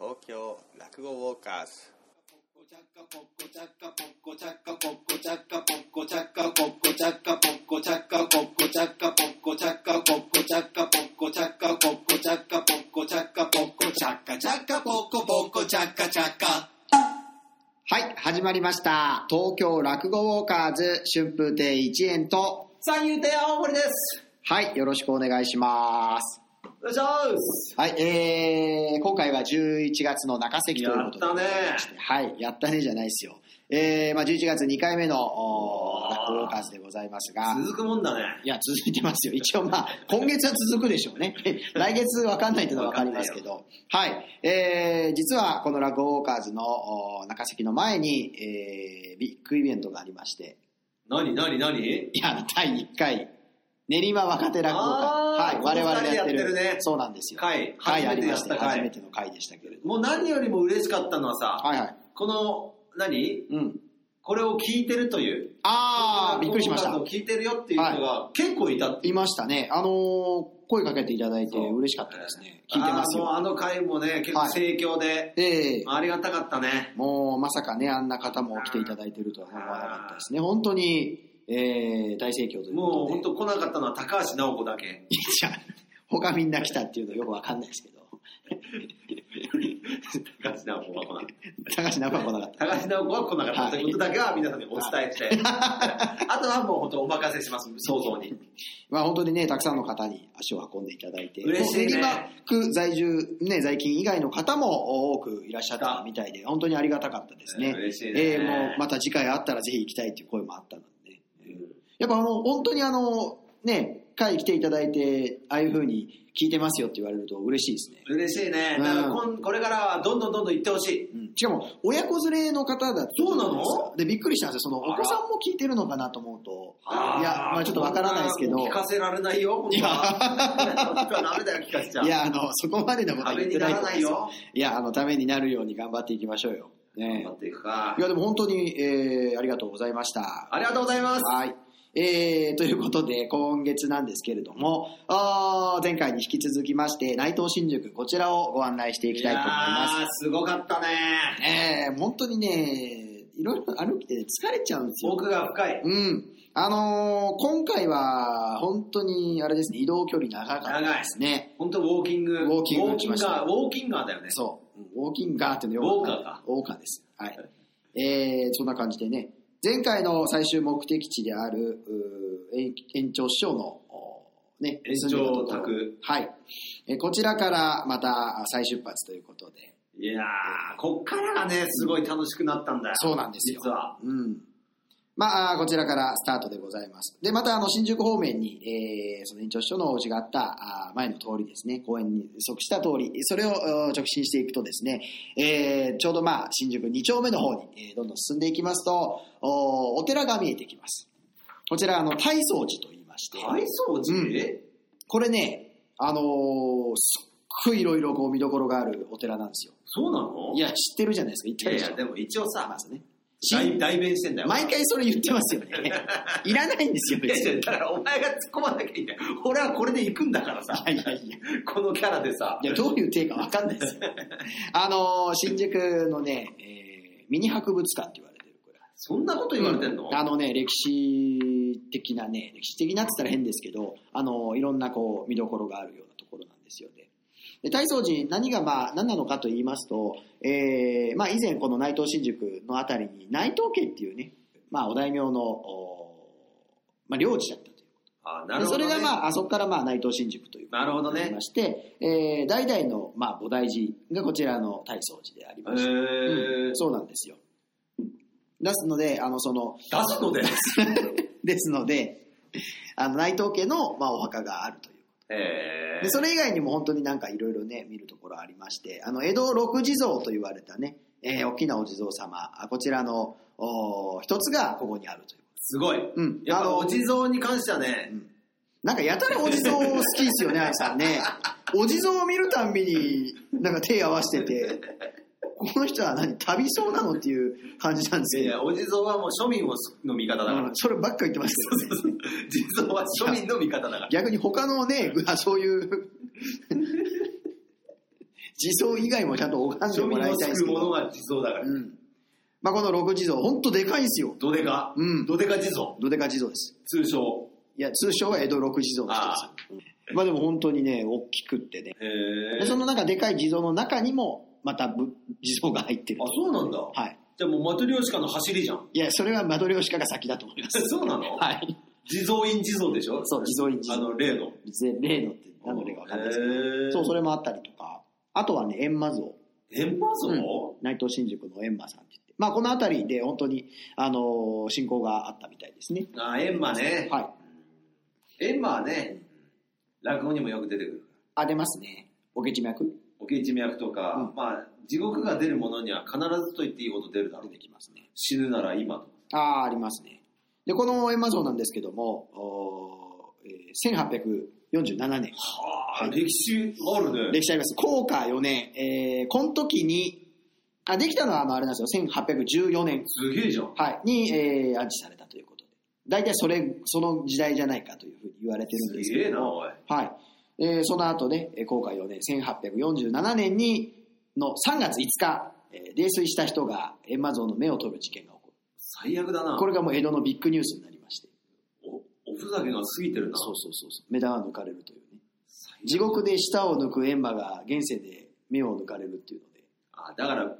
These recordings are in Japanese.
京落語ウォーカーズはい、始まりました。東京落語ウォーカーズ春風亭一円と、三遊亭青森です。はい、よろしくお願いします。お願いします。はい、えー、今回は11月の中関ということで。やったねはい、やったねじゃないですよ。えー、まあ11月2回目の、おーあー落語ウォーカーズでございますが、続くもんだね。いや、続いてますよ。一応まあ、今月は続くでしょうね。来月わかんないっていうのはわかりますけど。はい。えー、実はこのラゴウォーカーズのお中関の前に、えー、ビッグイベントがありまして、なになになにいや、第1回、練馬若手落語会。はあーい、我々がやってる。この二人でやってるねそうなんですよ。回はい、あ初めりてまやっしたたよ。回初めての回でしたけれど。もう何よりも嬉しかったのはさ、はいはい。この、何うん。これを聞いてるという。あー、びっくりしましこたの。聞いてるよっていう人が結構いたって。いましたね。あのー、声かけていただいて嬉しかったですね。聞いてますあーもうよ。あの回もね、結構盛況で、ええありがたかったね。もうまさかね、あんな方も来ていただいてるとは思わなかったですね。本当に、えー大盛況というもこうと本で。当来なかったのは高橋直子だけ。 いや、他みんな来たっていうのよくわかんないですけど。高橋直子は来なかった。高橋生子なかっ高橋直子は来なかったということだけは皆さんにお伝えして、 あとはもう本当お任せします、想像に。まあ本当にね、たくさんの方に足を運んでいただいて、嬉しいねもう練馬区在住、ね、在勤以外の方も多くいらっしゃったみたいで、本当にありがたかったですね。嬉しいね。えーもうまた次回あったらぜひ行きたいっていう声もあったので、ね。やっぱあの、本当にあの、ね、会来ていただいて、ああいう風に聞いてますよって言われると嬉しいですね。嬉しいね。だからこんこれからはどんどんどんどん行ってほしい。うんしかも、親子連れの方だそうなので、びっくりしたんですよ。その、おあら子さんも聞いてるのかなと思うと、ーいや、まあちょっとわからないですけど、聞かせられないよ、本当 は。本当はダメだよ、聞かせちゃ。い、や、あの、そこまでのことは壁言にってなないらと思なういんですよ。いや、あの、ためになるように頑張っていきましょうよ。ね頑張っていくかい。や、でも本当に、えーありがとうございました。ありがとうございます。はい。えー、ということで、今月なんですけれども、あー前回に引き続きまして、内藤新宿、こちらをご案内していきたいと思いますやーすごかったね。。ねえ本当にね、いろいろ歩いて、ね、疲れちゃうんですよ。奥が深い。うん。あのー今回は、本当に、あれですね、移動距離長かった長いで。すね。本当ウォーキング。ウォーキングしましたウォーキンガーウォーキンガーだよね。そう。うんウォーキンガーっていうのよくわウォんないーカーか。ウォーカーです。はい。えー、そんな感じでね、前回の最終目的地である、うー園園長師匠の、おーね、延住んでた長ところ宅。はい。えーこちらからまた再出発ということで。いやー、こっからがね、すごい楽しくなったんだよ。そうなんですよ。実は。うん。まああー、こちらからスタートでございます。で、また、あの、新宿方面に、えー、その院長師匠のお家があった、あー前の通りですね、公園に即した通り、それをうん直進していくとですね、えー、ちょうどまあ、新宿2丁目の方に、えーどんどん進んでいきますと、おお寺が見えてきます。こちら、あの、大掃寺と言いまして、大掃除、うんこれね、あのーすっごいいろいろこう見どころがあるお寺なんですよ。そうなのいや、知ってるじゃないですか、行っいやたでいしょ。や、でも一応まさ、ずね。代代弁してんだよ。毎回それ言ってますよね。いらないんですよ、い別やいやに。だからお前が突っ込まなきゃいいんだよ。俺はこれで行くんだからさい、やいやいや。このキャラでさ。いや、どういう手かわかんな いですよ。あのー新宿のね、えーミニ博物館って言われてるこれ。そんなこと言われてんの、あのね、歴史的なね、歴史的なって言ったら変ですけど、あのーいろんなこう、見どころがあるようなところなんですよね。で、大掃寺、何がまあ、何なのかと言いますと、えーまあ以前この内藤新宿のあたりに、内藤家っていうね、まあお大名の、おまあ領地だったという。あなるほそど、ね。れがまあ、あそこからまあ内藤新宿ということなるほどになりねま。して、えー代々のまあ菩提寺がこちらの大掃寺でありえまして、うーん、そうなんですよ。ですので、あのその出すので。ですので、 あの内藤家のまあお墓があるという。えでそれ以外にも本当になんかいろいろね見るところありましてあの江戸六地蔵と言われたね、えー大きなお地蔵様あこちらのお一つがここにあるというすごい。うんやっぱお地蔵に関してはね、なんかやたらお地蔵好きです よね、愛さんね。お地蔵を見るたんびに、なんか手合わせてて、この人は何、旅そうなのっていう感じなんですいやいけど、やお地蔵はもう庶民をの味方だから。うんそればっか言ってますけどね。地蔵は庶 民の味方だから。逆に他のね、あそういう地蔵以外もちゃんと拝んで庶も民らいをたいんで救すうけもどの。が地蔵だから。うん。まあ、この六地蔵、ほんとでかいんですよ。どでかうんどでか地蔵。どでか地蔵です。通称。いや、通称は江戸六地蔵の人ですよ。うんまあでも本当にね、大きくってね。へでその中、でかい地蔵の中にも、またぶ地蔵が入ってるあ、。そうなんだ。はい。じゃあもうマトリョーシカの走りじゃ ん。いや、それはマドリョーシカが先だと思います。そうなのはい。地蔵院地蔵でしょそう、地蔵院地あ蔵。の、例の。例のって何の例か分かんないですけど。へーそう、それもあったりとか。あとはね、閻魔像。天魔像、内藤新宿の閻魔さんって言って。まあ、この辺りで本当に、あのー、信仰があったみたいですね。あ、エンマね。はい。エンマはね、落語にもよく出てくる。あ、出ますね。おけち脈おけち脈とか、まあ、地獄が出るものには必ずと言っていいほど出るだろ出うて。きますね。死ぬなら今と。ああ、ありますね。で、この閻魔像なんですけども、おーえー1847年。はあ、歴史あるね。歴史あります。高華4年。えー、この時に、あ、できたのはあの、あれなんですよ。1814年。すげえじゃん。はい。に、えー、安置されたということで。大体それ、その時代じゃないかというふうに言われてるんですすけど。げえな、おい。はい。えーその後ね、えー後悔4年、1847年に、の3月5日、えー泥酔した人が閻魔像の目を取る事件が起こる。最悪だな。これがもう江戸のビッグニュースになりまして。お、おふざけが過ぎてるな。そうそうそうそう。目玉が抜かれるというね。地獄で舌を抜く閻魔が現世で目を抜かれるっていうので、あ、だから、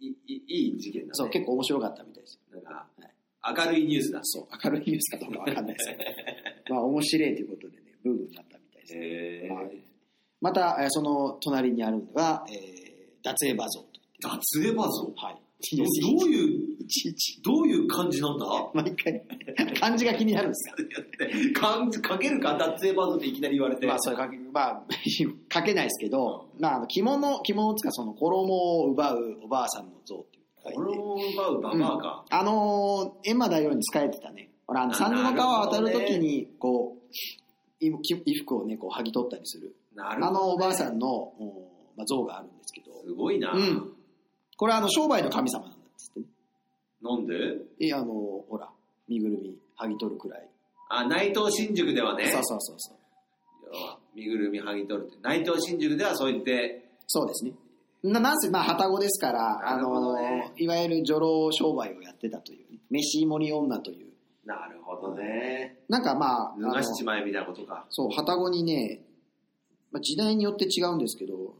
いいいい事件だね。そう、結構面白かったみたいですなよ。んかはい、明るいニュースだ。そう、明るいニュースかどうかわかんないですけ ど。まあ、面白いということでね、ブームになったみたいです。へはえい。また、えーその隣にあるのが、えー、脱閻魔像といって。脱エバ像はい。どどういう、いちいちどういう感じ なんだ毎回、漢字が気になる んですか漢字書けるか脱エバ像っていきなり言われて。まあ、それかけ、まあ、 書けないですけど、まあ、あの着物、着物つか、その衣を奪うおばあさんの像っていう書いて。これを奪うババアか。あのー、エンマ大王に仕えてたね、ほら、あの、三途の川を渡るときに、こう、い衣服をね、こう、剥ぎ取ったりする、なあるほど。のおばあさんの、おまあ、像があるんですけど、すごいな。うんこれはあの、商売の神様なんですってね。なんでいや、あのー、ほら、身ぐるみ剥ぎ取るくらい。あ、内藤新宿ではね。そうそうそうそう。要は身ぐるみ剥ぎ取るって。内藤新宿ではそう言って、そうですね。ななんせ、まあ、旅籠ですから、あなるほのどね、いわゆる女郎商売をやってたという、ね、飯盛り女という、なるほどね。なんかまあ、あ脱のがしちまえみたいなことか。そう、旅籠にね、まあ、時代によって違うんですけど、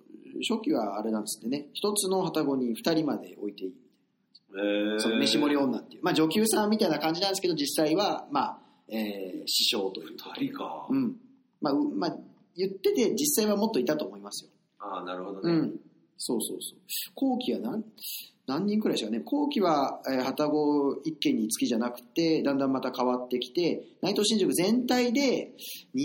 初期はあれなんですってね、一つの旅籠に二人まで置いていい。へーその飯盛り女っていう。まあ、女給さんみたいな感じなんですけど、実際は、まあ、えー師匠という。二人か。うん。まあ、うまあ、言ってて、実際はもっといたと思いますよ。ああ、なるほどうね。ん。そうそうそう。後期は何、何人くらいでしたかね。後期は、えー、旗子一軒につきじゃなくて、だんだんまた変わってきて、内藤新宿全体で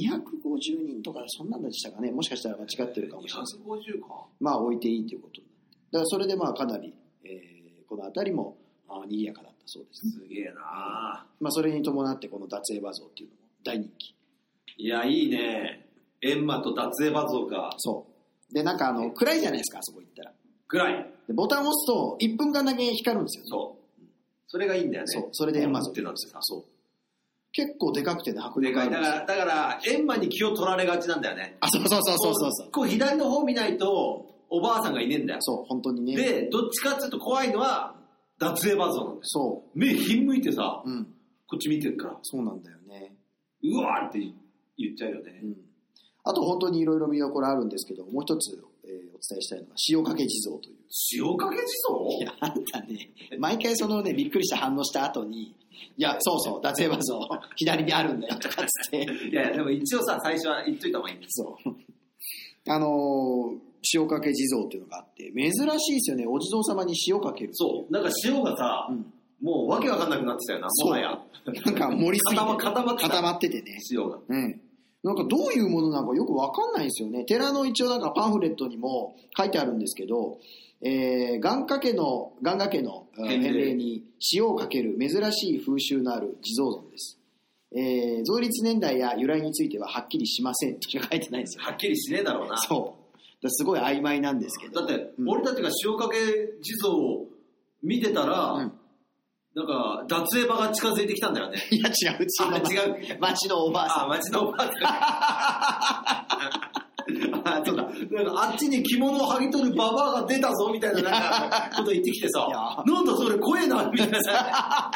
250人とか、そんなんでしたかね。もしかしたら間違ってるかもしれないです。 250か。まあ、置いていいということになって。だから、それでまあ、かなり、えーこの辺りも、あー賑やかだったそうですね。すげえなまあ、それに伴って、この脱衣馬像っていうのも大人気。いや、いいね。エンマと脱エバ像か。そう。で、なんか、あの、暗いじゃないですか、あそこ行ったら。ぐらい。で、ボタンを押すと、1分間だけ光るんですよ、ね。そう。それがいいんだよね。そう、それでエンマ像ってなんですよ。そう。結構でかくてね、迫で力かい。あるんだでかすよ。ら、だから、エンマに気を取られがちなんだよね。あ、そうそうそうそうそうそう。こう左の方見ないと、おばあさんがいねえんだよ。そう、本当にね。で、どっちかっていうと怖いのは、脱衣バ像なんだよ。そ目ひんむいてさ、う。うん。こっち見てるから、そうなんだよね。うわーって言っちゃうよねう。ん。あと本当にいろいろ見どころあるんですけど、もう一つ、えーお伝えしたいのが、塩掛け地蔵という。塩かけ地い蔵や、あんたね、毎回そのね、びっくりした反応した後に、いや、そうそう、脱税馬像、左にあるんだよ、とかっつって。いやいや、でも一応さ、最初は言っといた方がいいんです。そう。 あのー塩掛け地蔵っていうのがあって、珍しいですよね、お地蔵様に塩かける。そう、なんか塩がさ、うんもうわけわかんなくなってたよな、そうもはや。なんか盛りすぎて固ま固まってた固まっててね。塩が。うん。なんかどういうものなのかよくわかんないんですよね。寺の一応なんかパンフレットにも書いてあるんですけど、えー、願掛けの、願掛けのえー返礼返礼に塩をかける珍しい風習のある地蔵像です。えー、造立年代や由来についてははっきりしませんとしか書いてないんですよ。はっきりしねえだろうな。そう。だからすごい曖昧なんですけど。だって、うん俺たちが塩かけ地蔵を見てたら、うんなんか、脱衣場が近づいてきたんだよね。 いや違う、うちのあ違う町のおばあさん。あ、町のおばあさん。 あそうだ。なんかあっちに着物を剥ぎ取るババアが出たぞみたいななんかこと言ってきてさいや、なんだそれ怖えなみたいなさ。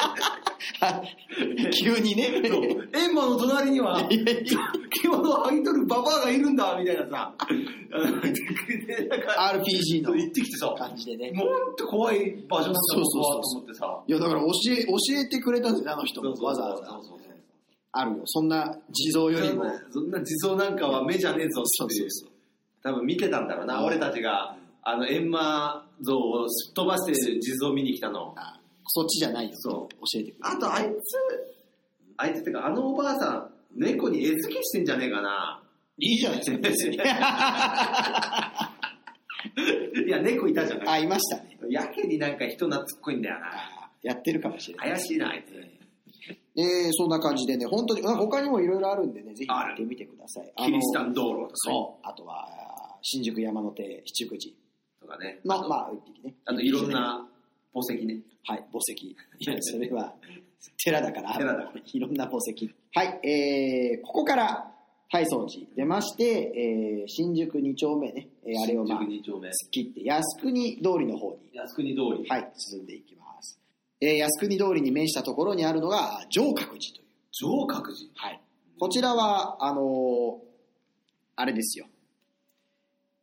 急にね。そうエンマの隣には、いやいや着物を剥ぎ取るババアがいるんだみたいなさ。あのでなんか RPG そう言っのてきてさ、も感じでね。っと怖い場所なんだそうそうそうここはと思ってさ。いや、だから教え、教えてくれたんですよ、あの人そうも。そうわざわざそう。そうそうあるよ。そんな地蔵よりも。そんな地蔵なんかは目じゃねえぞっていう多分見てたんだろうな俺たちがあの閻魔像をすっ飛ばして地蔵見に来たのあそっちじゃないよ。教えてくれあとあいつあいつってかあのおばあさん猫に餌付けしてんじゃねえか ないいじゃないですか、別にいや猫いたじゃなあ、いいましたね。やけになんか人懐っこいんだよなあやってるかもしれない。怪しいなあいつえーそんな感じでね、本当に、なんか他にもいろいろあるんでね、ぜひある行ってみてください。あキのリシタン道路とかねそう。あとは、あー新宿山手七福寺とかねあの、とまあ、一匹ね。あといろんな宝石ねはい、墓石。いや、それは、寺だから。寺だからいろんな宝石。はい、えー、ここから、はい、装置出まして、えー、新宿2丁目ね、えー、あれをまあ、新宿二丁目突っ切って、靖国通りの方に、靖国通りはい、進んでいきます。えー、靖国通りに面したところにあるのが、城郭寺という。上覚寺はい。こちらは、あのーあれですよ。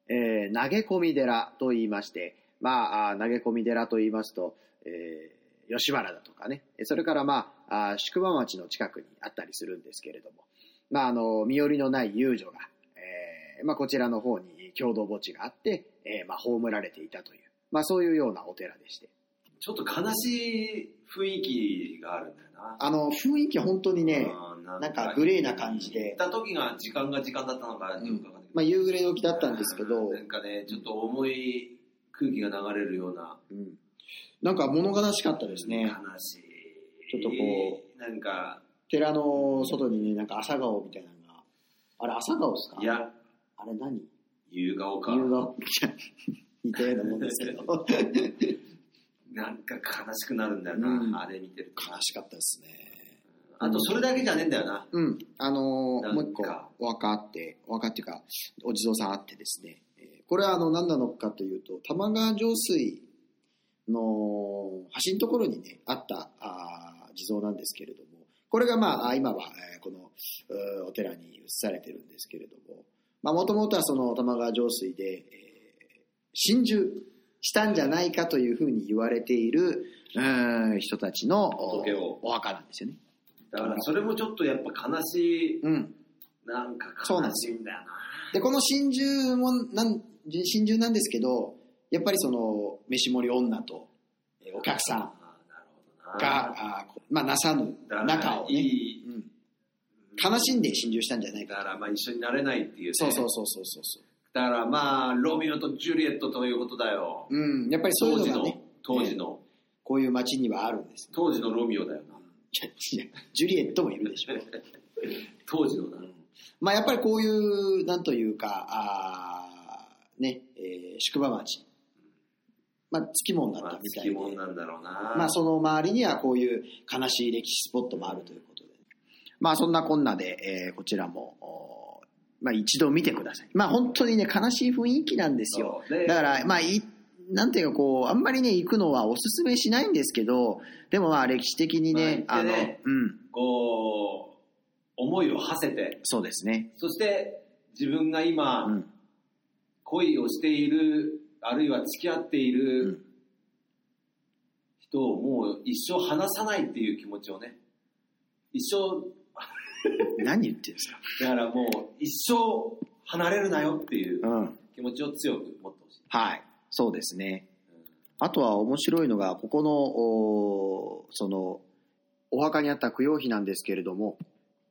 えー投げ込み寺と言いまして、まあ、あー投げ込み寺と言いますと、えー吉原だとかね、えそれからまあ、あー宿場町の近くにあったりするんですけれども、まあ、あの、身寄りのない遊女が、えーまあ、こちらの方に共同墓地があって、えーまあ、葬られていたという、まあ、そういうようなお寺でして。ちょっと悲しい雰囲気があるんだよな。あの、雰囲気本当にね、うんななんかグレーな感じで行った時が時間が時間だったのか、よくわかんないけどまあ、夕暮れ時だったんですけど、なんかね、ちょっと重い空気が流れるような。うんなんか物悲しかったですね。悲しい。ちょっとこう。なんか、寺の外にね、なんか朝顔みたいなのが。あれ朝顔ですかいや、あれ何夕顔か。夕顔似たようなもんです けど。なんか悲しくなるんだよな、うんあれ見てると。悲しかったですね。あと、それだけじゃねえんだよな。うん。あのなんかーもう一個、お墓あって、お墓っていうか、お地蔵さんあってですね。えーこれはあの、何なのかというと、玉川上水の橋のところにね、あった、あー地蔵なんですけれども、これがまあ、あ今は、えーこの、うーお寺に移されてるんですけれども、まあ、もともとはその玉川上水で、えー心中したんじゃないかというふうに言われている、うーん人たちのお仏をお墓なんですよね。だから、それもちょっとやっぱ悲しい。うん。なんかそうなん悲でしすいんだよな。で、この真珠もなん、真珠なんですけど、やっぱりその、飯盛り女と、えーお客さんあーなるほどな。が、あーこまあ、なさぬだから中をね、いい、うん悲しんで真珠したんじゃないだか。からまあ一緒になれないっていう、ね、そうそうそうそうそうそだからまあロミオとジュリエットということだよ、う。うん、やっぱりそうい当う時のがのね、当時の、こういう街にはあるんです。 当時のロミオだよないやいやジュリエットもいるでしょ。当時のな、まあ、やっぱりこういう、なんというか、あーね、えー宿場町。まあ、つきもんだっまたあみつたいきで。もんなんだろうな、まあ、その周りにはこういう悲しい歴史スポットもあるということで、まあ、そんなこんなで、えーこちらも、おーまあ、一度見てください。まあ、本当にね、悲しい雰囲気なんですよ。そうねだから、まあ、いなんていうか、こう、あんまりね、行くのはおすすめしないんですけど、でもまあ、歴史的にね、まああの、行ってねうん、こう思いを馳せてそうですね。そして自分が今、うん、恋をしているあるいは付き合っていうるん人をもう一生離さないっていう気持ちをね一生何言ってるんですか。だからもう一生離れるなよっていううん、気持ちを強く持ってほしい。はい、そうですね。うんあとは面白いのが、ここの、おその、お墓にあった供養碑なんですけれども、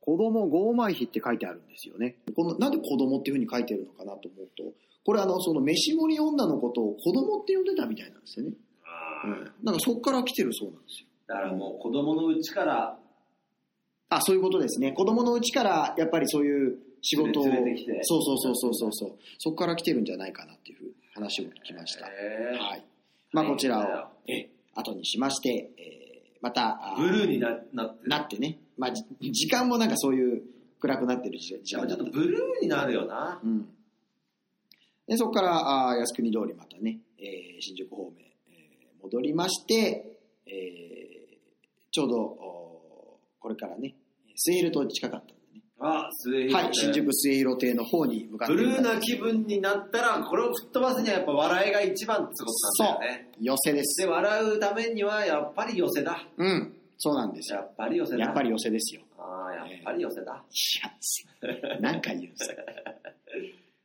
子供豪枚碑って書いてあるんですよね。この、なんで子供っていうふうに書いてるのかなと思うと、これあの、その、飯盛り女のことを子供って呼んでたみたいなんですよね。うん。なんかそっから来てるそうなんですよ。だからもう子供のうちからあ、そういうことですね。子供のうちから、やっぱりそういう仕事を。連れてきてそうそうそうそうそうそう。そっから来てるんじゃないかなっていうふうに話を聞きました。えーはい。まあ、こちらを。え後にしまして、えーまた、あーブルーにななってるなってね、まあ、じ時間もなんかそういう暗くなってる時やっ間ぱちだょっったとブルーになるよなうんでそこからあー靖国通りまたね、えー新宿方面、えー戻りまして、えーちょうどおーこれからね末広と近かったんでねあ、末広亭はい、新宿末広亭の方に向かってブいたルーな気分になったら、これを吹っ飛ばすにはやっぱ笑いが一番ってことなんだよね。寄せで。です笑うためにはやっぱり寄せだ。うん、そうなんですやよ。っぱり寄せだ。やっぱり寄せですよ。ああ、やっぱり寄せだ。いや、何回言うんですか。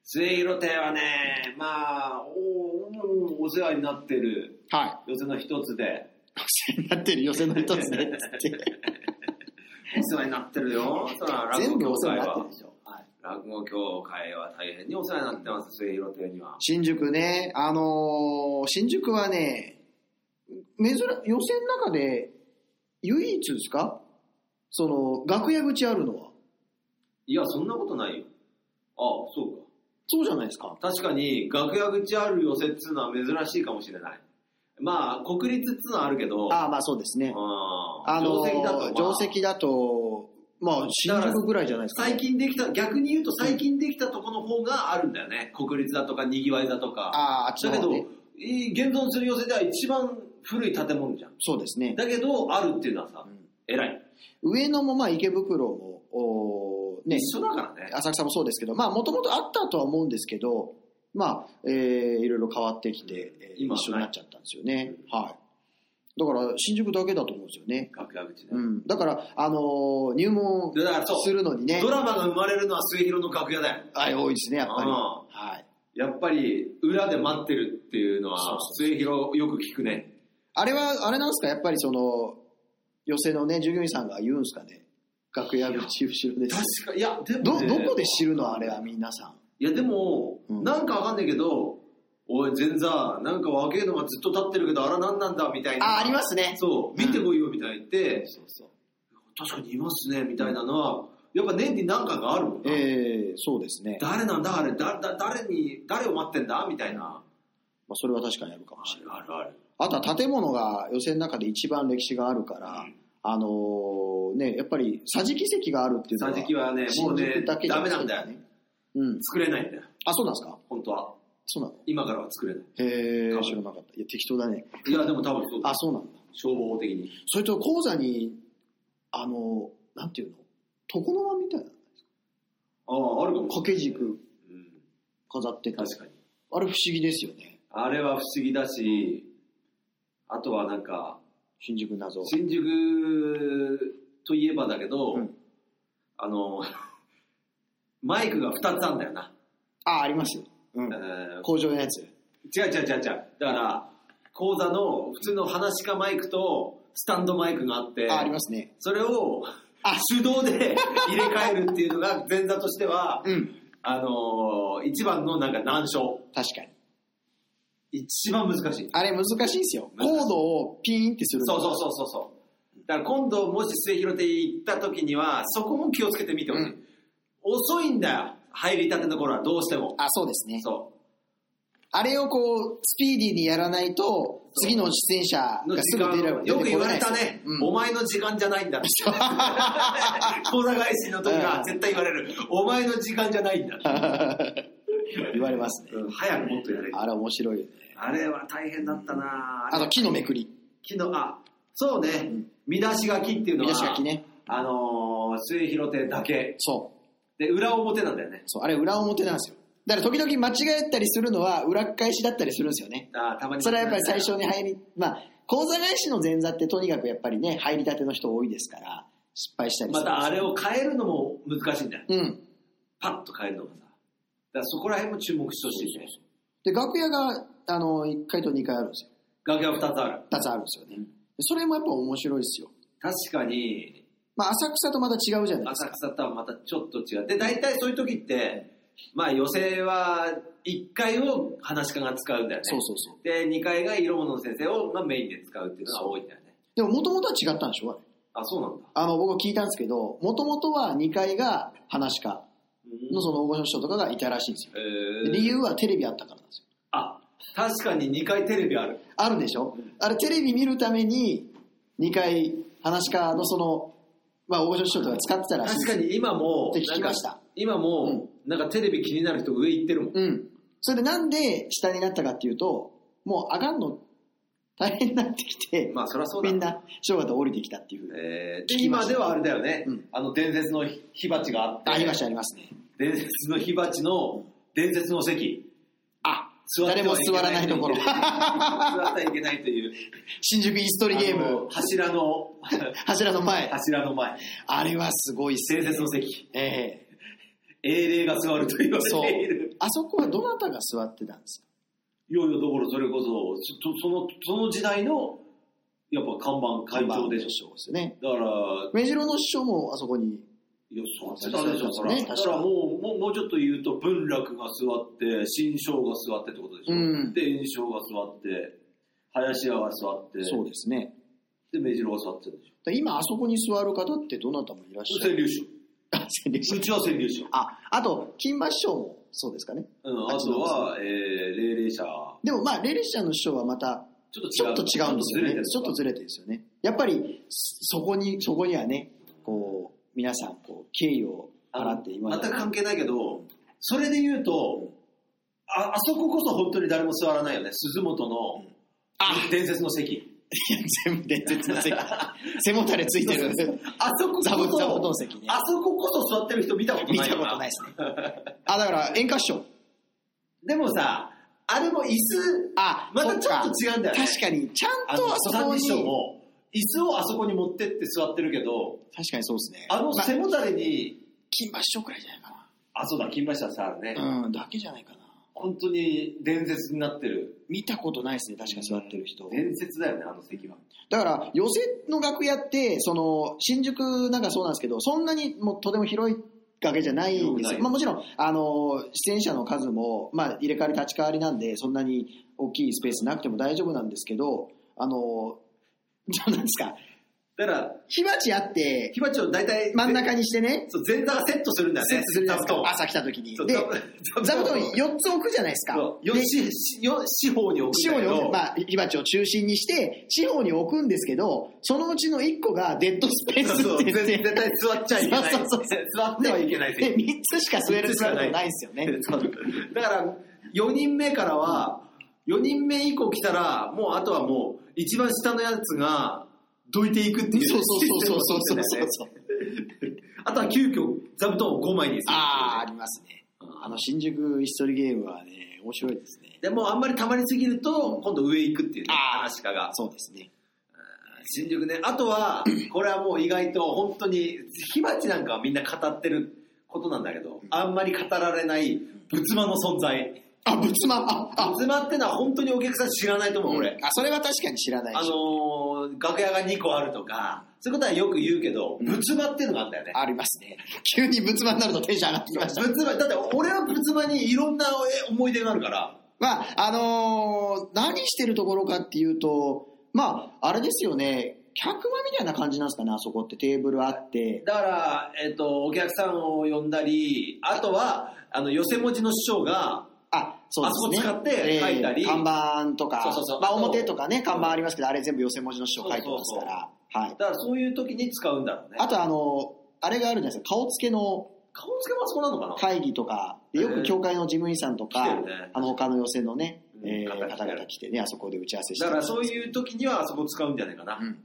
末広亭はね、まあ、おおお世話になってるは寄せの一つで、い。 寄せになってる寄せの一つ ね。つってお世話になってるよ。そら全落部語お世協会話になってるはで。しょ。はい落語協会は大変にお世話になってます、末広亭には。新宿ね、あのー新宿はね、珍、寄せの中で唯一ですかその、楽屋口あるのは。いや、そんなことないよ。ああ、そうか。そうじゃないですか。確かに楽屋口ある寄せっつうのは珍しいかもしれないまあ国立っつうのはあるけどああ、まあそうですね。ああの定石だと、まーあ、定石だと、まあ、新宿ぐらいじゃないですか。最近できた逆に言うと最近できたとこの方があるんだよね国立だとかにぎわいだとかああ、あっちだのけ方ど、ねい現存する寄せでは一番古い建物じゃんそうですね。だけどあるっていうのはさ、うん偉い上野もまあ池袋も、おーね、一緒だからね浅草もそうですけど、まあもともとあったとは思うんですけど、まあ、えーいろいろ変わってきて、えー今は一緒になっちゃったんですよね。はい。だから、新宿だけだと思うんですよね。楽屋口ね、うん。だから、あのー入門でだからそうするのにねド、ラマが生まれるのは末広の楽屋だよはい、多いですね、やっぱり。うんはい。やっぱり裏で待ってるっていうのは末広よく聞くねあれは、あれなんですか、やっぱりその、寄席のね、従業員さんが言うんですかね。楽屋口後ろです。確かいやでど、もね、どこで知るのあれは皆さん。いやでも、うんなんかわかんないけどおい前座なんか若えのがずっと立ってるけどあら何なんだみたいなあ、ありますね。そう見てこいよみたいに言って、そうそう。確かにいますねみたいなのはやっぱ年に何回かあるもんな、ええそうですね。誰なんだあれだだ誰に誰を待ってんだみたいなまあ、それは確かにあるかもしあれない。るあるあるあとは建物が予選の中で一番歴史があるから、うんあのーね、やっぱり桟敷席があるっていうのは、桟敷はねもう新ね宿だけじゃダくメてなんだよね。うん。作れないんだよあ、そうなんですか本当はそうなの今からは作れない多へえ、分知らなかった。いや、適当だね。いやでも多分そうだあ、そうなんだ。消防的にそれと、講座に、あのーなんていうの床の間みたいな。あああるかも掛け軸うん、飾ってて。あれ確かに不思議ですよね。あれは不思議だし、あとはなんか、新宿謎。新宿といえばだけど、うんあの、マイクが2つあんだよな。あ、ありますよ。うんえ。ー工場のやつ。違う違う違う違う。だから、講座の普通の話し家マイクとスタンドマイクがあって、あ、ありますね。それをあ手動で入れ替えるっていうのが前座としては、うん。あのー一番のなんか難所。確かに。一番難しい。あれ難しいですよ。コ難しいードをピーンってする。そうそうそうそうそう。だから今度もし末広亭行った時には、そこも気をつけてみてほしい。うん遅いんだよ。入りたての頃はどうしても。あ、そうですね。そあれをこう、スピーディーにやらないと、次の出演者う。のがす時ぐ間出れよく言われた出ね、てこれないですよお前の時間じゃないんだ。講座返しの時は絶対言われる。お前の時間じゃないんだ。うん 言われますね。うん早くもっとやれ。あれ面白いよね。あれは大変だったなあと、木のめくり。木の、あ、そうね。見出し書きっていうの見は、出し書きね。あのー、末広亭だけ。そう。で、裏表なんだよね。そう、あれ裏表なんですよ。だから時々間違えたりするのは裏返しだったりするんですよね。あーたまにそれはやっぱり最初に入り、まあ、講座返しの前座ってとにかくやっぱりね、入りたての人多いですから、失敗したりすまる。たあれを変えるのも難しいんだようん。パッと変えるのがさだからそこら辺も注目してほしいねで、楽屋が、あの、1階と2階あるんですよ。楽屋2つある2つあるんですよね。それもやっぱ面白いですよ。確かにまあ、浅草とまた違うじゃないですか。浅草とはまたちょっと違って大体そういう時ってまあ寄席は1階を話し家が使うんだよねそうそうそう。で2階が色物の先生をがメインで使うっていうのが多いんだよねでも、もともとは違ったんでしょあれ。あそうなんだあの、僕聞いたんですけど、もともとは2階が話し家のその大御所の人とかがいたらしいんですよ。えでー理由はテレビあったからなんですよ。あ確かに2階テレビあるあるでしょあれ、テレビ見るために、2階話し家のその、まあ、大御所の人とか使ってたらしいん確ですかよ。に今もって聞きましたなんか今もなんかテレビ気になる人上行ってるもんうん。それでなんで下になったかっていうと、もう上がんの大変になってきて、まあそりゃそうだみんな正月降りてきたっていうふうに。えーで今ではあれだよね、うんあの伝説の火鉢があってありました、ありますね。伝説の火鉢の伝説の席あ、座って誰もはいけ座らないところ 座。ってはいけないという新宿イーストリーゲーあムの、柱の 柱の前。柱の前あれはすごいっすね。伝説の席ええ英霊が座ると言わそうれている。あそこはどなたが座ってたんですかいやいやだからそれこそちょそのその時代のやっぱ看板会長でしょょうですよね。だから目白の師匠もあそこに。いや、そうだったでしょ、そら。ねだか確からもう、もう、もうちょっと言うと、文楽が座って、新章が座ってってことでしょ。うんで、炎章が座って、林家が座って、そうですね。で、明治郎が座ってるでしだから今あそこに座る方ってどなたもいらっしょ。ゃ川る。柳賞。あ千里師う匠ちは川柳賞。あ、あと、金馬師匠もそうですかね。うん、あとは、えー、霊霊者。でもまあ、レリシちゃんの師匠はまた、ちょっとちょっと違うんですよね。ちょっとずれてるれてるんですよね。やっぱり、そこに、そこにはね、こう、皆さん、こう、敬意を払っていま全す。く関係ないけど、それで言うと、あ、あそここそ本当に誰も座らないよね。鈴本の、伝説の席。 全部伝説の席。背もたれついてる。あそここ座布座布そ、団席ね。あそここそ座ってる人見たこと見なたいこよとないですね。あ、だから、演歌師匠。でもさ、あれも椅子、あ、またそっちょかっと違うんだよね。確かに、ちゃんとあそあの三こに。人称確も、椅子をあそこに持ってって座ってるけど、かにそうですね。あのま背もたれに、金馬師匠くらいじゃないかあ、そうだ、金馬車さ、あるね、な。うん、だけじゃないかな。本当に伝説になってる。見たことないですね、確か座ってる人。伝説だよね、あの席は。だから、寄席の楽屋って、その、新宿なんかそうなんですけど、そんなにもうとても広い楽屋じゃないんです広くなよ。いまあもちろん、あの、出演者の数も、まあ入れ替わり立ち替わりなんで、そんなに大きいスペースなくても大丈夫なんですけど、あの、 どうなんですか、だから、火鉢あって、火鉢を大体、真ん中にしてね、そう、前座がセットするんだよセッねト、するじゃないです座布か、団朝来た時に。そうで、座座布布団団4つ置くじゃないですか。よしよ四方に置く四んだ方にけ置く、ど、まあ、火鉢を中心にして、四方に置くんですけど、そのうちの1個がデッドスペースそっうそうて言絶って絶対座っちゃいけない。そうそうそ座ってはいけない席で、3つしか座れる座ることないですよね。だから、4人目からは、4人目以降来たら、もうあとはもう、一番下のやつが、どいていくっていう。そうそうそうそうそうそうそう。あとは急遽、座布団を5枚にする。ああ、ありますね。あの、新宿イストリゲームはね、面白いですね。でも、あんまり溜まりすぎると、今度上行くっていうね、あー話かが。そうですね。新宿ね。あとは、これはもう意外と、本当に、火鉢なんかはみんな語ってることなんだけど、あんまり語られない、仏間の存在。あ、仏間、あ、あ、仏間ってのは本当にお客さん知らないと思う、俺。あ、それは確かに知らないあし。のー楽屋が2個あるとか、そういうことはよく言うけど、うん仏間っていうのがあったよね。ありますね。急に仏間になるとテンション上がってきました。仏間、だって俺は仏間にいろんなえ思い出があるから、まあ、あのー何してるところかっていうと、まあ、あれですよね、客間みたいな感じなんですかね、あそこってテーブルあって。だから、えっ、と、お客さんを呼んだり、あとは、あの、寄せ文字の師匠が、あ、そうですね。あそこ使って書いたりえー看板とか、そうそうそうまあ、あと表とかね、看板ありますけど、あれ全部寄せ文字の人書いてますから。はい。だからそういう時に使うんだろうね。あと、あのーあれがあるじゃないですか、顔付けの顔つけもそうなのかな会議とか、でよえくー教会の事務員さんとか、来てるねあの、他の寄せのね、うんえー方々方々来てね、あそこで打ち合わせしてだからうそういう時にはあそこ使うんじゃないかな。ん。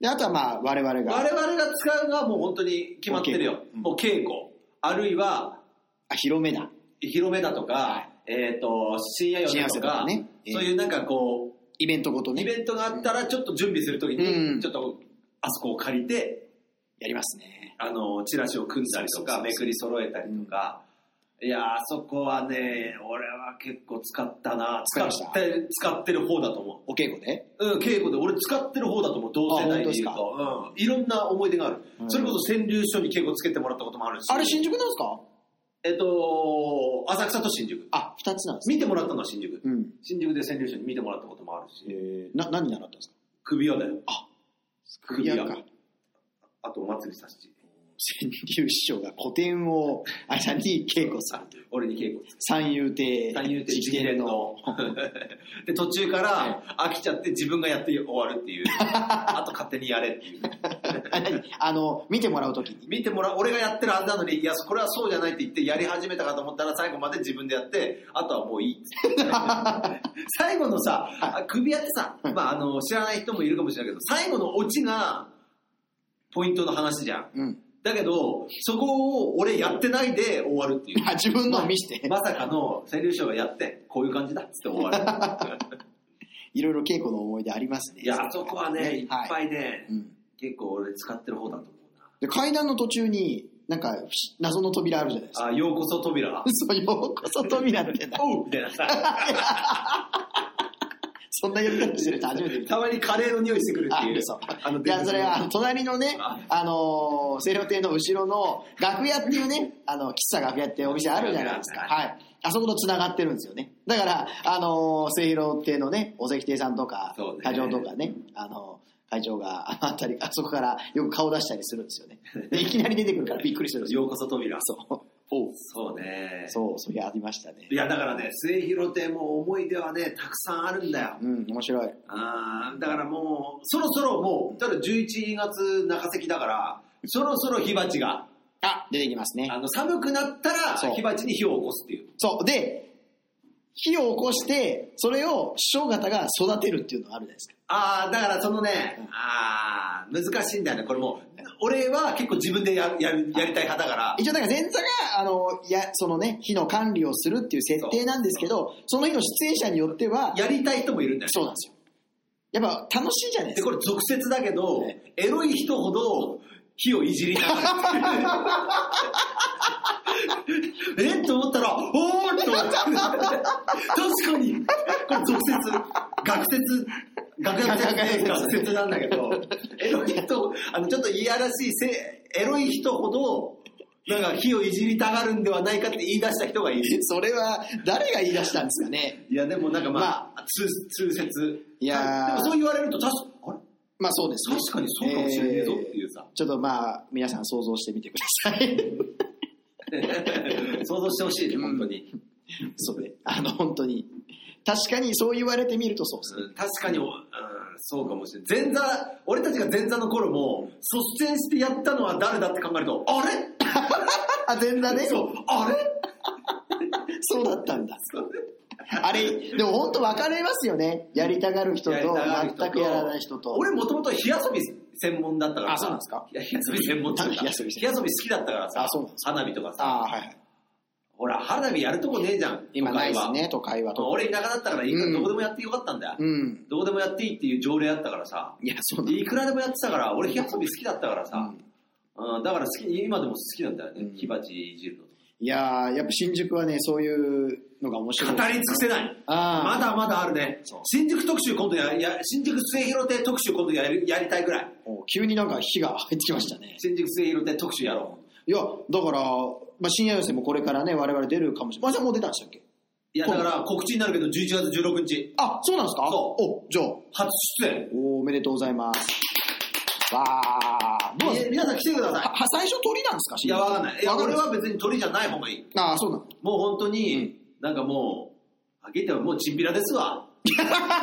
で、あとはまあ、我々が、我々が使うのはもう本当に決まってるよ。うんもう稽古。あるいは、あ広めな。広めだとか、はえっ、と、深夜幸夜だせととかか、ね。そういうなんかこイベントごとう、ねイ、ベントがあったらちょっと準備するときうんに、ちょっとあそこを借りて、やりますね。あの、チラシを組んだりとそうそうそうそか、うめくり揃えたりとか、いやー、あそこはね、俺は結構使ったな。使い使ましたって、使ってる方だと思お稽古でう。うん、稽古で俺使ってる方だと思う、同世代で言うあと。うん。いろんな思い出がある。うんそれこそ川柳書に稽古つけてもらったこともあるし。あれ新宿なんですかえっと、浅草と新宿。あ、二つなんですね。見てもらったのは新宿。うん。新宿で川柳書に見てもらったこともあるし、えー、な、何習ったんですか首輪だよ。あ、首輪首輪か。あとお祭りさせて。千流師匠が古典を、あれに稽古さん。俺に稽古つ三遊亭。け三遊亭直直伝伝の。の。 で、 途中から飽きちゃって自分がやって終わるっていう。あと勝手にやれっていう。あ 何あの、見てもらうときに。見てもらう、俺がやってるはずなのに、いや、これはそうじゃないって言って、やり始めたかと思ったら、最後まで自分でやって、あとはもう いいっつって最後のさ、あ首輪ってさ、まあ、あの、知らない人もいるかもしれないけど、最後のオチが、ポイントの話じゃん。うん。だけど、そこを俺やってないで終わるっていう。あ自分の見して、まさかの、川柳賞がやって、こういう感じだっつって終わ る。いろいろ稽古の思い出ありますね。いや、あそこはね、いっはぱいね、うん。結構俺使ってる方だと思うな。で、階段の途中に、なんか、不思謎の扉あるじゃないですか。あ、ようこそ 扉。そう、ようこそ扉って な。おうみたいなさ。そんな呼び方してる人初めて見た。たまにカレーの匂いしてくるってあいう。そうあのいや、それは、あの隣のねあ、あのー、清涼亭の後ろの楽屋っていうね、あの、喫茶楽屋ってお店あるじゃないですか。はい。あそこと繋がってるんですよね。だから、あのー、清涼亭のね、お関亭さんとかそう、ね会長とかね、あのー、会長が、あのあたり、あそこからよく顔出したりするんですよね。でいきなり出てくるからびっくりするんですよ。ようこそ扉。そう。おうそうね。そう、それありましたねい。や、だからね、末広亭も思い出はね、たくさんあるんだよ。うん、面白い。あーだからもう、そろそろもう、ただ11月中関だから、そろそろ火鉢が、あ、出てきますね。あの、寒くなったらそう火鉢に火を起こすっていう。そう。で、火を起こして、それを師匠方が育てるっていうのがあるじゃないですか。ああ、だからそのね、ああ、難しいんだよね、これもう。俺は結構自分でややるやりたい派だから。一応、だから前座が、あの、いや、そのね、火の管理をするっていう設定なんですけど、その日の出演者によっては、やりたい人もいるんだよね。そうなんですよ。やっぱ楽しいじゃないでですか。これ俗説だけど、ねエロい人ほど火をい じりながらえっと思ったらおーっと思った確かにこれ俗説学説学説学説なんだけどエロい人あのちょっといやらしいせエロい人ほどなんか火をいじりたがるんではないかって言い出した人がいるそれは、誰が言い出したんですかね。いやでもなんかまあ、通通説いやーでもそう言われると確かあれまあそうです、ね。確かにそうかもしれねえぞっていうさえーちょっとまあ、皆さん想像してみてくださ い。想像してほしいね、本当に。そうね。あの、本当に。確かにそう言われてみるとそうですね。確かに、うん、そうかもしれない。前座、俺たちが前座の頃も、率先してやったのは誰だって考えると、あれあ、前座ね。そう、あれそうだったんだ。 あれ、でも本当分かれますよね。やりたがる人と、やりたがる人と全くやらない人と。俺もともと火遊び専門だったからあそうなんですかいや火遊び専門だった。火火遊遊びび専好きだったからさ、あそうなんです花火とかあさ、あ、はいはい。ほら、花火やるとこねえじゃん、今都ない会ではすね、都会は。俺田舎だったからいいかうら、んどこでもやってよかったんだよ。うん。どこでもやっていいっていう条例だったからさ、いや、そうなんだ。いくらでもやってたから、俺火遊び好きだったからさ、うんうん、だから好き、今でも好きなんだよねうん。火鉢いじるのといやーやっぱ新宿はね、そういうのが面白い。か。語り尽くせない。まああ。だまだあるねそう。新宿特集今度や、や新宿末広亭特集今度やりやりたいぐらい。お急になんか火が入ってきましたね。新宿末広亭特集やろう。いや、だから、まあ、深夜寄せもこれからね、我々出るかもしれない。まあ、じゃあもう出たんでしたっけいや、だから告知になるけど、11月16日、あ、そうなんですかそお、じゃあ、初出演。おおめでとうございます。わあ。どうなんですみ皆さん来てくだかさは最初鳥なんですかい。いや、わかんない。いや、わかん俺ないは別に鳥じゃない方がいい。ああ、そうなの。もう本当に、なんかもう、あげてはもうチンピラですわ。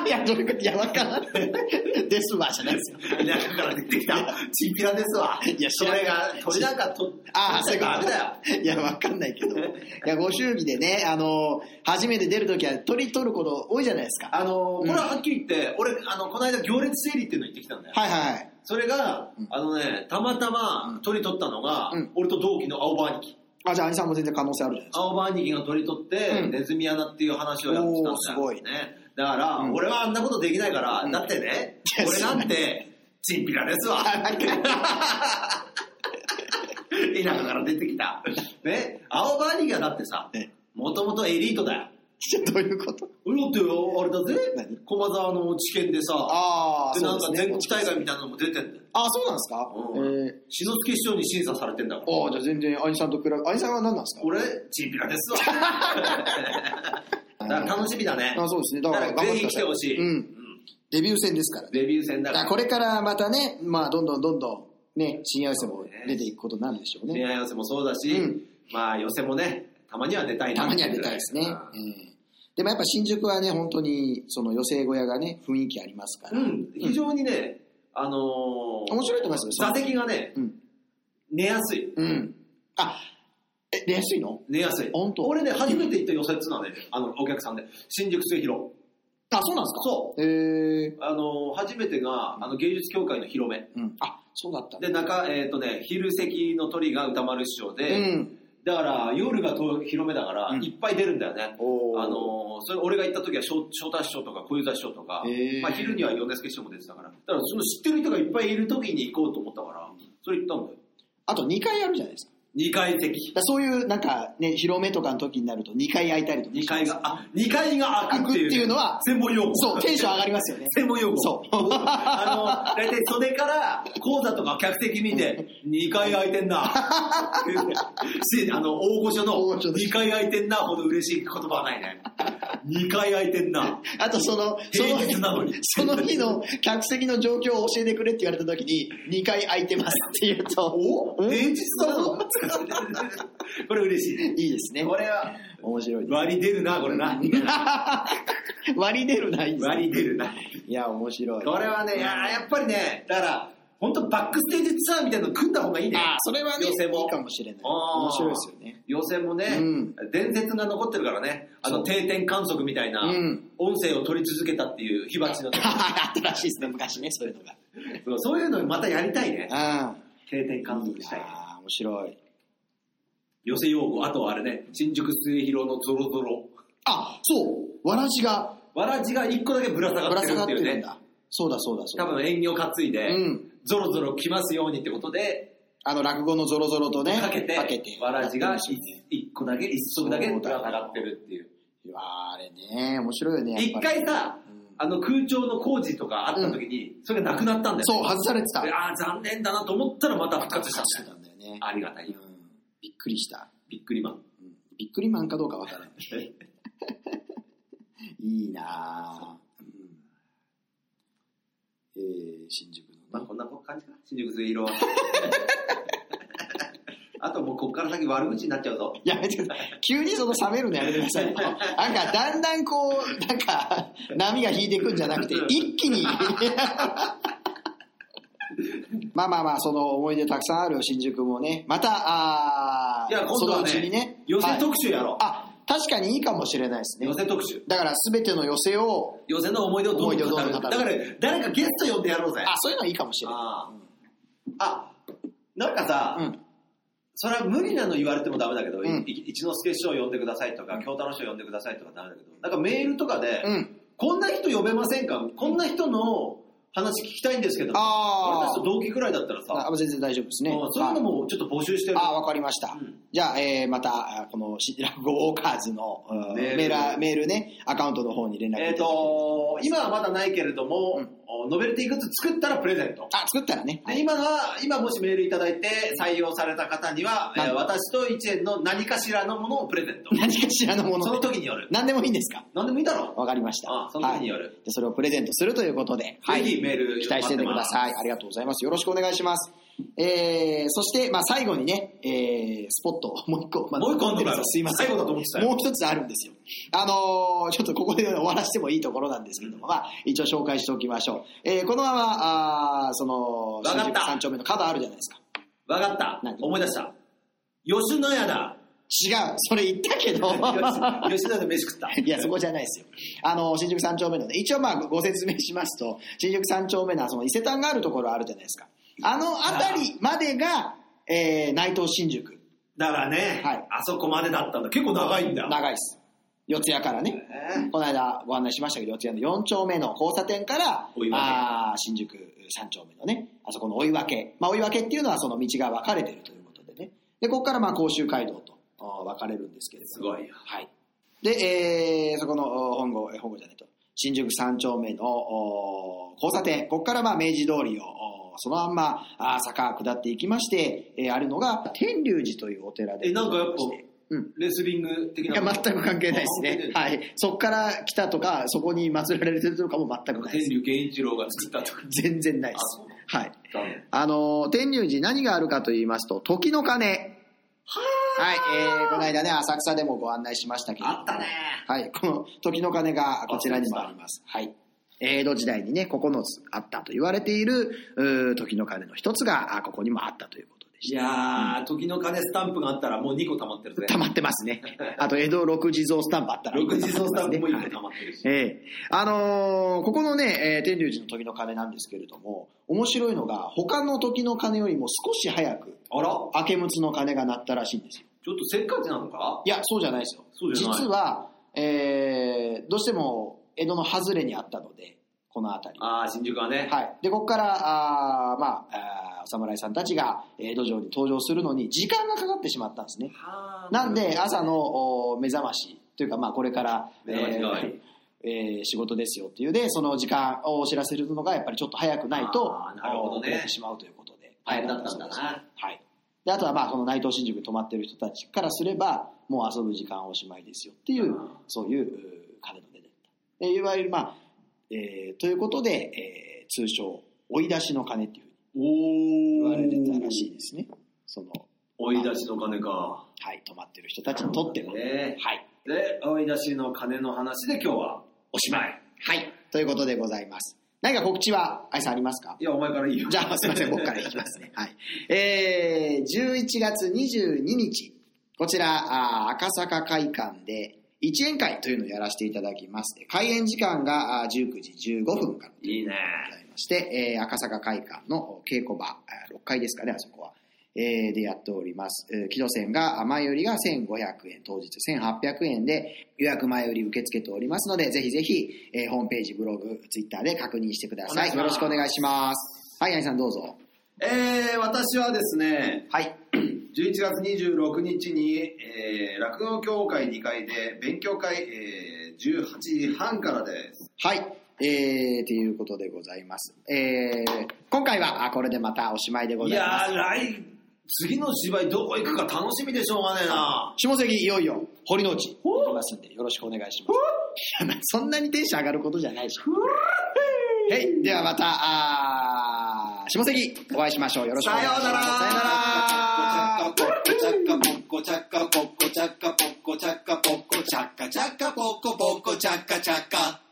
いや、どれか、いや、わからない。 ですわ、じゃないですよ。田舎から出てきた、チンピラですわ。いや知そらないれが、鳥なんかと、ああ、そ鳥ういうこなんかダメだよ。と。いや、わかんないけど。いや、ご祝儀でね、あの、初めて出るときは、鳥取ること多いじゃないですか。あのーうんこれははっきり言って、俺、あの、この間行列整理っていうの行ってきたんだよ。はいはいはい。それが、うんあのね、たまたま鳥取ったのが、うん俺と同期の青葉兄貴。あ、じゃあ、兄さんも全然可能性ある じゃないです青葉兄貴が鳥取って、うんネズミ穴っていう話をやってたんだおよー、すごいね。だから、うん俺はあんなことできないから、うんだってねいや、俺なんて、チンピラです わ。田舎から出てきた。ね、青葉兄貴はだってさええ、もともとエリートだよ。か。じゃあ、どういうことうろってあれだ何ぜ、駒沢の知見でさ、ああ、で、そなうんでか全すね国大会みたいなのも出てんだよ。あ、そうなんですかうんえー志の輔師匠に審査されてんだから。ああ、じゃあ全然、兄さんと比べ、兄さんは何なんですか俺、チンピラ ですわ。だから楽しみだね。あそうですね。だから、だから頑張ぜってひ来くださていほしい。ううんん。デビュー戦ですからね。デビュー戦だだかからら。これからまたね、まあ、どんどんどんどん、ね、深夜寄せも出ていくことになるでしょう恋ね。愛寄せもそうだし、うんまあ寄せもね、たまには出たいなたまには出たいですね。ううんんでもやっぱ新宿はね、本当に、その寄せ小屋がね、雰囲気ありますから。うん、非常にね、あのー面白いと思いますよそ座の席がね、うん。寝やすい。うん。あ、え、出やすいの寝やすい。本当俺ね、初めて行った寄せっつうのはね、あの、お客さんで。新宿末広。あ、そうなんですかそへえ。う。あのー初めてが、あの、芸術協会の広め。うん。あ、そうだった。で、中、えっ、とね、昼席の鳥が歌丸師匠うで、ん。だから、夜がと広めだから、うんいっぱい出るんだよね。おーあのーそれ俺が行った時は翔翔太師匠とか小遊三師匠とか、へーまあ、昼には米助師匠も出てたからだからその知ってる人がいっぱいいる時に行こうと思ったからそれ行ったんだよあと2回あるじゃないですか。 2階席だからそういうなんかね、広めとかの時になると2回空いたりとか。 2階があ二階が開くっていう開くっていうのは専門用語そう、テンション上がりますよね。専門用語そうあの大体袖から講座とか客席見て2階開いてんな しあの大御所大の御所です2階開いてんなほど嬉しい言葉はないね2階開いてんなあとその、その平日なのにその 日の客席の状況を教えてくれって言われた時に2回空いてますって言うと、おうん平日だぞこれ嬉しいいいですね。これは面白いです。割り出るなこれな 割り出るないいですね割り出るないや、面白い。これはねいやーやっぱりねだから本当バックステージツアーみたいなの組んだ方がいいねあそれはね、い寄せもいかもしれない。あー面白いですよね。予選もね、うん伝説が残ってるからねあそのう定点観測みたいなうん音声を取り続けたっていう火鉢のあったらしいですね、昔ね、そういうのが。 そうそういうのまたやりたいねあ定点観測したいあー、面白い。寄せ用語あとはあれね新宿末広のゾロゾロあ、そう、わらじがわらじが一個だけぶら下ぶがらって下るがっっていうるんねだ。そうだそうだそう多だ。分縁起を担いで、うんゾロゾロ来ますようにってことであの、落語のゾロゾロとね、かけてわらじが一一個だけ一足だけぶら下がってるっていういやーあれね、面白いよね。一やっぱり回さうんあの空調の工事とかあった時に、それがなくなったんだよねそう、外されてた。でああ、残念だなと思ったらまた復活したんしだてよたんだよね。ありがたうい。んびっくりした。びっくりマン。うんびっくりマンかどうかわからない。いいなぁ。うんえー、新宿まのあね。こんな感じかな。新宿末 広は。あともうこっから先悪口になっちゃうぞ。やめてください。急にその冷めるのやめてくださいよ。なんか、だんだんこう、なんか、波が引いていくんじゃなくて、一気に。まあまあまあ、その思い出たくさんある新宿もね、また、あーいや、今度はそのうちねにね、、寄せはい特集やろあ、確かにいいかもしれないですう。ね寄。せ特集。だから全ての寄せを、寄せの思い出をどんどん語る。思い出をどんどん語だるから誰かゲスト呼んでやろうぜ。 あ、そういうのはいいかもしれない。あーあ、なんかさ、うん。それは無理なの言われてもダメだけど、うんい一之輔師匠呼んでくださいとか、京太郎師匠呼んでくださいとかダメだけど、なんかメールとかで、うん。こんな人呼べませんかこんな人の話聞きたいんですけど、あー俺たちと同期くらいだったらさ、あ全然大丈夫ですね。もうそういうのもちょっと募集してる。あ、わかりました。うんじゃあ、えーまた、あこの、シラゴウォーカーズの、うんメールメーラメールね、アカウントの方に連絡いただえっ、いてと、今はまだないけれども、うんおノベルティグッズ作ったらプレゼント。あ、作ったらね。で今のは、今もしメールいただいて採用された方には、えーなん私と一円の何かしらのものをプレゼント。何かしらのもそのので。時による。何でもいいんですか何でもいいだろわかりました。あその時によるはいでそれをプレゼントするということで、ぜひメール期待しててください。ありがとうございます。よろしくお願いします。えー、そして、まあ、最後にね、えー、スポット、もう一個、まだもう一個あんのかよすいません。最後だと思ってたよもう一つあるんですよ。あのーちょっとここで終わらせてもいいところなんですけども、まあ、一応紹介しておきましょう。えー、このまま、あーその、かった三丁目の角あるじゃないですか。う。わかった何。思い出 した。吉野家だ。違う、それ言ったけ ど。吉吉野家で飯食った。いや、そこじゃないですよ。あの、新宿三丁目のね、一応まあご説明しますと、新宿三丁目のその伊勢丹があるところあるじゃないですか。あの辺りまでが、えー、内藤新宿。だからね、はいあそこまでだったんだ。結構長いんだ。長いです。四谷からね。えーこの間ご案内しましたけど、四谷の4丁目の交差点から追い、分けあー新宿3丁目のね、あそこの追い分け。まあ追い分けっていうのはその道が分かれてるということでね。で、ここからまあ甲州街道とあー分かれるんですけれども。すごいよ。はい。で、えーそこのお本郷、え本郷じゃないと、新宿三丁目のお交差点、ここからまあ明治通りを、おそのまんまあ坂下っていきまして、えーあるのが天龍寺というお寺で。えなんかやっぱうん。レスリング的いな。や、全く関係ないですね。あはい。そこから来たとか、そこに祀られてるとかも全く本な当いでに天す。竜源一郎が作ったと か。全然ないであすそう。はい。あのー天龍寺何があるかと言いますと、時の鐘。はい、えーこの間ね、浅草でもご案内しましたけれども。あったねはい、この時の鐘がこちらにもあります。はい。江戸時代にね、9つあったと言われている、うー時の鐘の一つが、あここにもあったということでしいやー、時の鐘スタンプがあったらもう2個溜まってるねた。。溜まってますね。あと、江戸六地蔵スタンプあったら。 6時のスタンプも1は個い溜まってるし。 ええあのーここのね、えー天龍寺の時の鐘なんですけれども、面白いのが、他の時の鐘よりも少し早く、あらちょ明け六つの鐘が鳴ったらしいんですよ。っとせっかちなのかいや、そうじゃないですよ。そうじゃない実は、えーどうしても江戸の外れにあったので、この辺り。あー、新宿はね。はい、でここからあー、まあ、あーお侍さんたちが江戸城に登場するのに時間がかかってしまったんですね。はーなんで朝のお目覚ましというか、まあ、これから、目覚まし代わりえーえー仕事ですよっていうでその時間をお知らせするのがやっぱりちょっと早くないとあーなるほどねお遅れてしまうということで大変だったんだな。はい、であとはまあこの内藤新宿に泊まってる人たちからすればもう遊ぶ時間おしまいですよっていあうーそういううー金の出だったでいわゆるまあ、えーということで、えー通称追い出しの金っていうおふうにー。言われてたらしいですねその追い出しの鐘か。はい泊まってる人たちにとっての、ねはいで、追い出しの鐘の話で今日はおしまい。はい。ということでございます。何か告知は、愛さんありますかいや、お前からいいよ。じゃあ、すいません、僕からいきますね。はい。えー、11月22日、こちら、あー赤坂会館で、一円会というのをやらせていただきます。開演時間があー19時15分からでいいね。ございまして、えー赤坂会館の稽古場、あー6階ですかね、あそこは。えーでやっております。えー木戸線が、あ前よりが1500円、当日1800円で予約前より受け付けておりますので、ぜひぜひ、えーホームページ、ブログ、ツイッターで確認してください。お願いしますよろしくお願いします。はい、アイさんどうぞ。えー、私はですね、 はい。 11月26日に、えー、落語協会2階で勉強会、えー、18時半からです。はい。えー、ということでございます。えー、今回は、あ、これでまたおしまいでごいざいまやす。ー、来、次の芝居どこ行くか楽しみでしょうがねえな。下関いよいよ堀之内行きますんでよろしくお願いします そんなにテンション上がることじゃないでしょはいではまたあー下関お会いしましょうよろしくお願いしますさようならさようなポッらコチャッカポッコチャッカポッコチャッカポッコチャッカポッコチャッカチャッカポッコポッコチャッカチャッカ